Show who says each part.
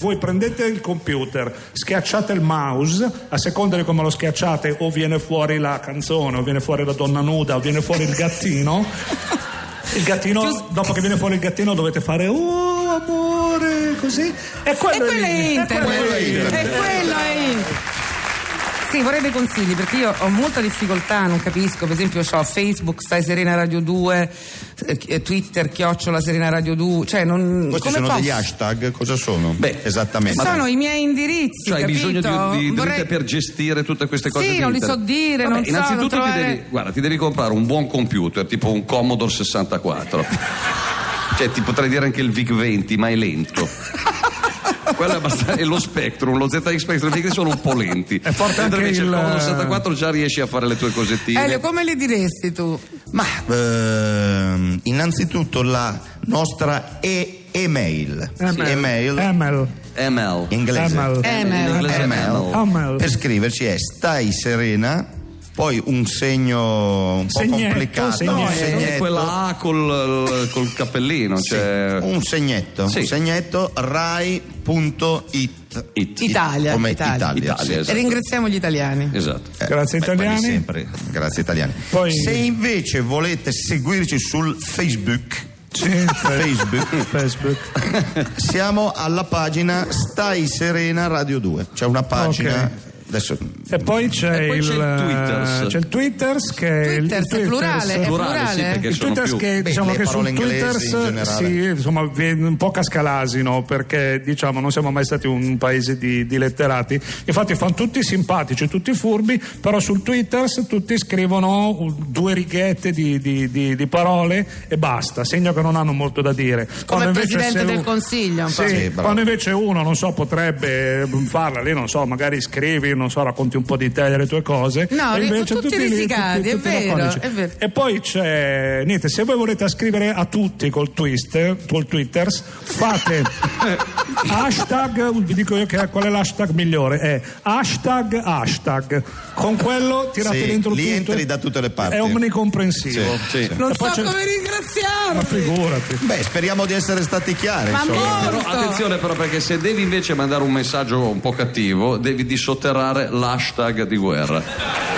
Speaker 1: Voi prendete il computer, schiacciate il mouse, a seconda di come lo schiacciate o viene fuori la canzone, o viene fuori la donna nuda, o viene fuori il gattino. Il gattino, dopo che viene fuori il gattino dovete fare oh amore, così. E
Speaker 2: E
Speaker 1: quello,
Speaker 2: quello è Inter.
Speaker 1: quello è Inter.
Speaker 2: E quello è Inter. Sì, vorrei dei consigli perché io ho molta difficoltà, non capisco. Per esempio, ho Facebook, Stai Serena Radio 2, eh, chi- eh, Twitter, Chiocciola Serena Radio 2. Cioè, non.
Speaker 3: Questi
Speaker 2: come
Speaker 3: sono
Speaker 2: posso?
Speaker 3: degli hashtag, cosa sono?
Speaker 4: Beh,
Speaker 3: esattamente.
Speaker 2: Sono i miei indirizzi.
Speaker 4: Cioè, hai
Speaker 2: capito?
Speaker 4: bisogno di, di dritte
Speaker 2: Vorrei-
Speaker 4: per gestire tutte queste cose?
Speaker 2: Sì,
Speaker 4: di
Speaker 2: non li
Speaker 4: internet.
Speaker 2: so dire, non so,
Speaker 4: Innanzitutto
Speaker 2: non
Speaker 4: ti,
Speaker 2: trovare-
Speaker 4: devi, guarda, ti devi comprare un buon computer, tipo un Commodore 64. cioè, ti potrei dire anche il VIC 20, ma è lento. Quello è abbastanza. E lo Spectrum, lo ZX Spectrum, perché sono un po' lenti.
Speaker 1: È forte
Speaker 4: Mentre
Speaker 1: anche
Speaker 4: invece
Speaker 1: il-
Speaker 4: Commodore 64 già riesci a fare le tue cosettine.
Speaker 2: Elio, come li diresti tu?
Speaker 3: Ma ehm, innanzitutto la nostra e- email. Email.
Speaker 1: Emel.
Speaker 4: ML.
Speaker 3: inglese.
Speaker 1: Email.
Speaker 2: Email.
Speaker 4: In inglese è
Speaker 3: Email.
Speaker 2: Oh,
Speaker 4: ML.
Speaker 1: Email.
Speaker 3: Per scriverci è stai serena, poi un segno un po'
Speaker 1: Segnetto,
Speaker 3: complicato, un
Speaker 1: segnetto.
Speaker 4: È quella A col, col cappellino.
Speaker 3: Sì,
Speaker 4: cioè...
Speaker 3: un segnetto,
Speaker 4: Sì.
Speaker 3: un segnetto rai.it
Speaker 4: It.
Speaker 2: Italia,
Speaker 3: come
Speaker 2: Italia.
Speaker 3: Italia,
Speaker 4: Italia,
Speaker 3: sì.
Speaker 4: esatto.
Speaker 2: E Eh, ringraziamo gli italiani.
Speaker 4: Esatto.
Speaker 3: Eh,
Speaker 1: Grazie
Speaker 3: beh, quelli
Speaker 1: italiani.
Speaker 3: sempre. Grazie italiani.
Speaker 1: Poi-
Speaker 3: Se invece volete seguirci sul Facebook,
Speaker 1: Sì,
Speaker 3: Facebook
Speaker 1: Facebook.
Speaker 3: siamo alla pagina Stai Serena Radio 2. C'è una pagina
Speaker 1: Ok.
Speaker 3: adesso
Speaker 1: E poi c'è,
Speaker 4: E poi
Speaker 1: il, eh,
Speaker 4: c'è il Twitters.
Speaker 1: c'è il Twitters che è il- il
Speaker 2: Twitters, è plurale, è
Speaker 4: Plurale,
Speaker 2: plurale.
Speaker 4: sì, perché
Speaker 1: Il
Speaker 4: sono
Speaker 1: Twitters
Speaker 4: più.
Speaker 1: che
Speaker 3: Beh,
Speaker 1: diciamo
Speaker 3: le
Speaker 1: che su
Speaker 3: parole inglesi
Speaker 1: Twitters
Speaker 3: in generale.
Speaker 1: sì, insomma viene un po' cascalasino perché diciamo non siamo mai stati un paese di, di letterati. Infatti fanno tutti simpatici, tutti furbi, però sul Twitters tutti scrivono uh, due righette di, di- di- di parole e basta, segno che non hanno molto da dire.
Speaker 2: Come
Speaker 1: Quando
Speaker 2: il
Speaker 1: invece
Speaker 2: presidente
Speaker 1: se
Speaker 2: del
Speaker 1: un-
Speaker 2: Consiglio, un po'.
Speaker 1: Sì,
Speaker 3: Sì, bravo.
Speaker 1: quando invece uno, non so, potrebbe eh, farla lì, non so, magari scrivi, non so, racconti un po' di te, delle tue cose.
Speaker 2: No,
Speaker 1: e
Speaker 2: ri-
Speaker 1: invece
Speaker 2: tutti
Speaker 1: lì,
Speaker 2: risicati, è vero,
Speaker 1: laconici.
Speaker 2: è vero.
Speaker 1: E poi c'è, niente, se voi volete scrivere a tutti col Twitter, col Twitters, fate hashtag, vi dico io che, qual è l'hashtag migliore, è hashtag hashtag, con quello tirate
Speaker 3: Sì,
Speaker 1: dentro
Speaker 3: li
Speaker 1: tutto.
Speaker 3: entri da tutte le parti.
Speaker 1: È omnicomprensivo.
Speaker 3: Sì, sì.
Speaker 2: Non
Speaker 1: E poi c'è-
Speaker 2: so come ringraziarvi.
Speaker 1: Ma figurati.
Speaker 3: Beh, speriamo di essere stati chiari,
Speaker 2: Ma
Speaker 3: insomma.
Speaker 2: molto.
Speaker 4: Però attenzione però perché se devi invece mandare un messaggio un po' cattivo devi disotterrare l'hashtag di guerra.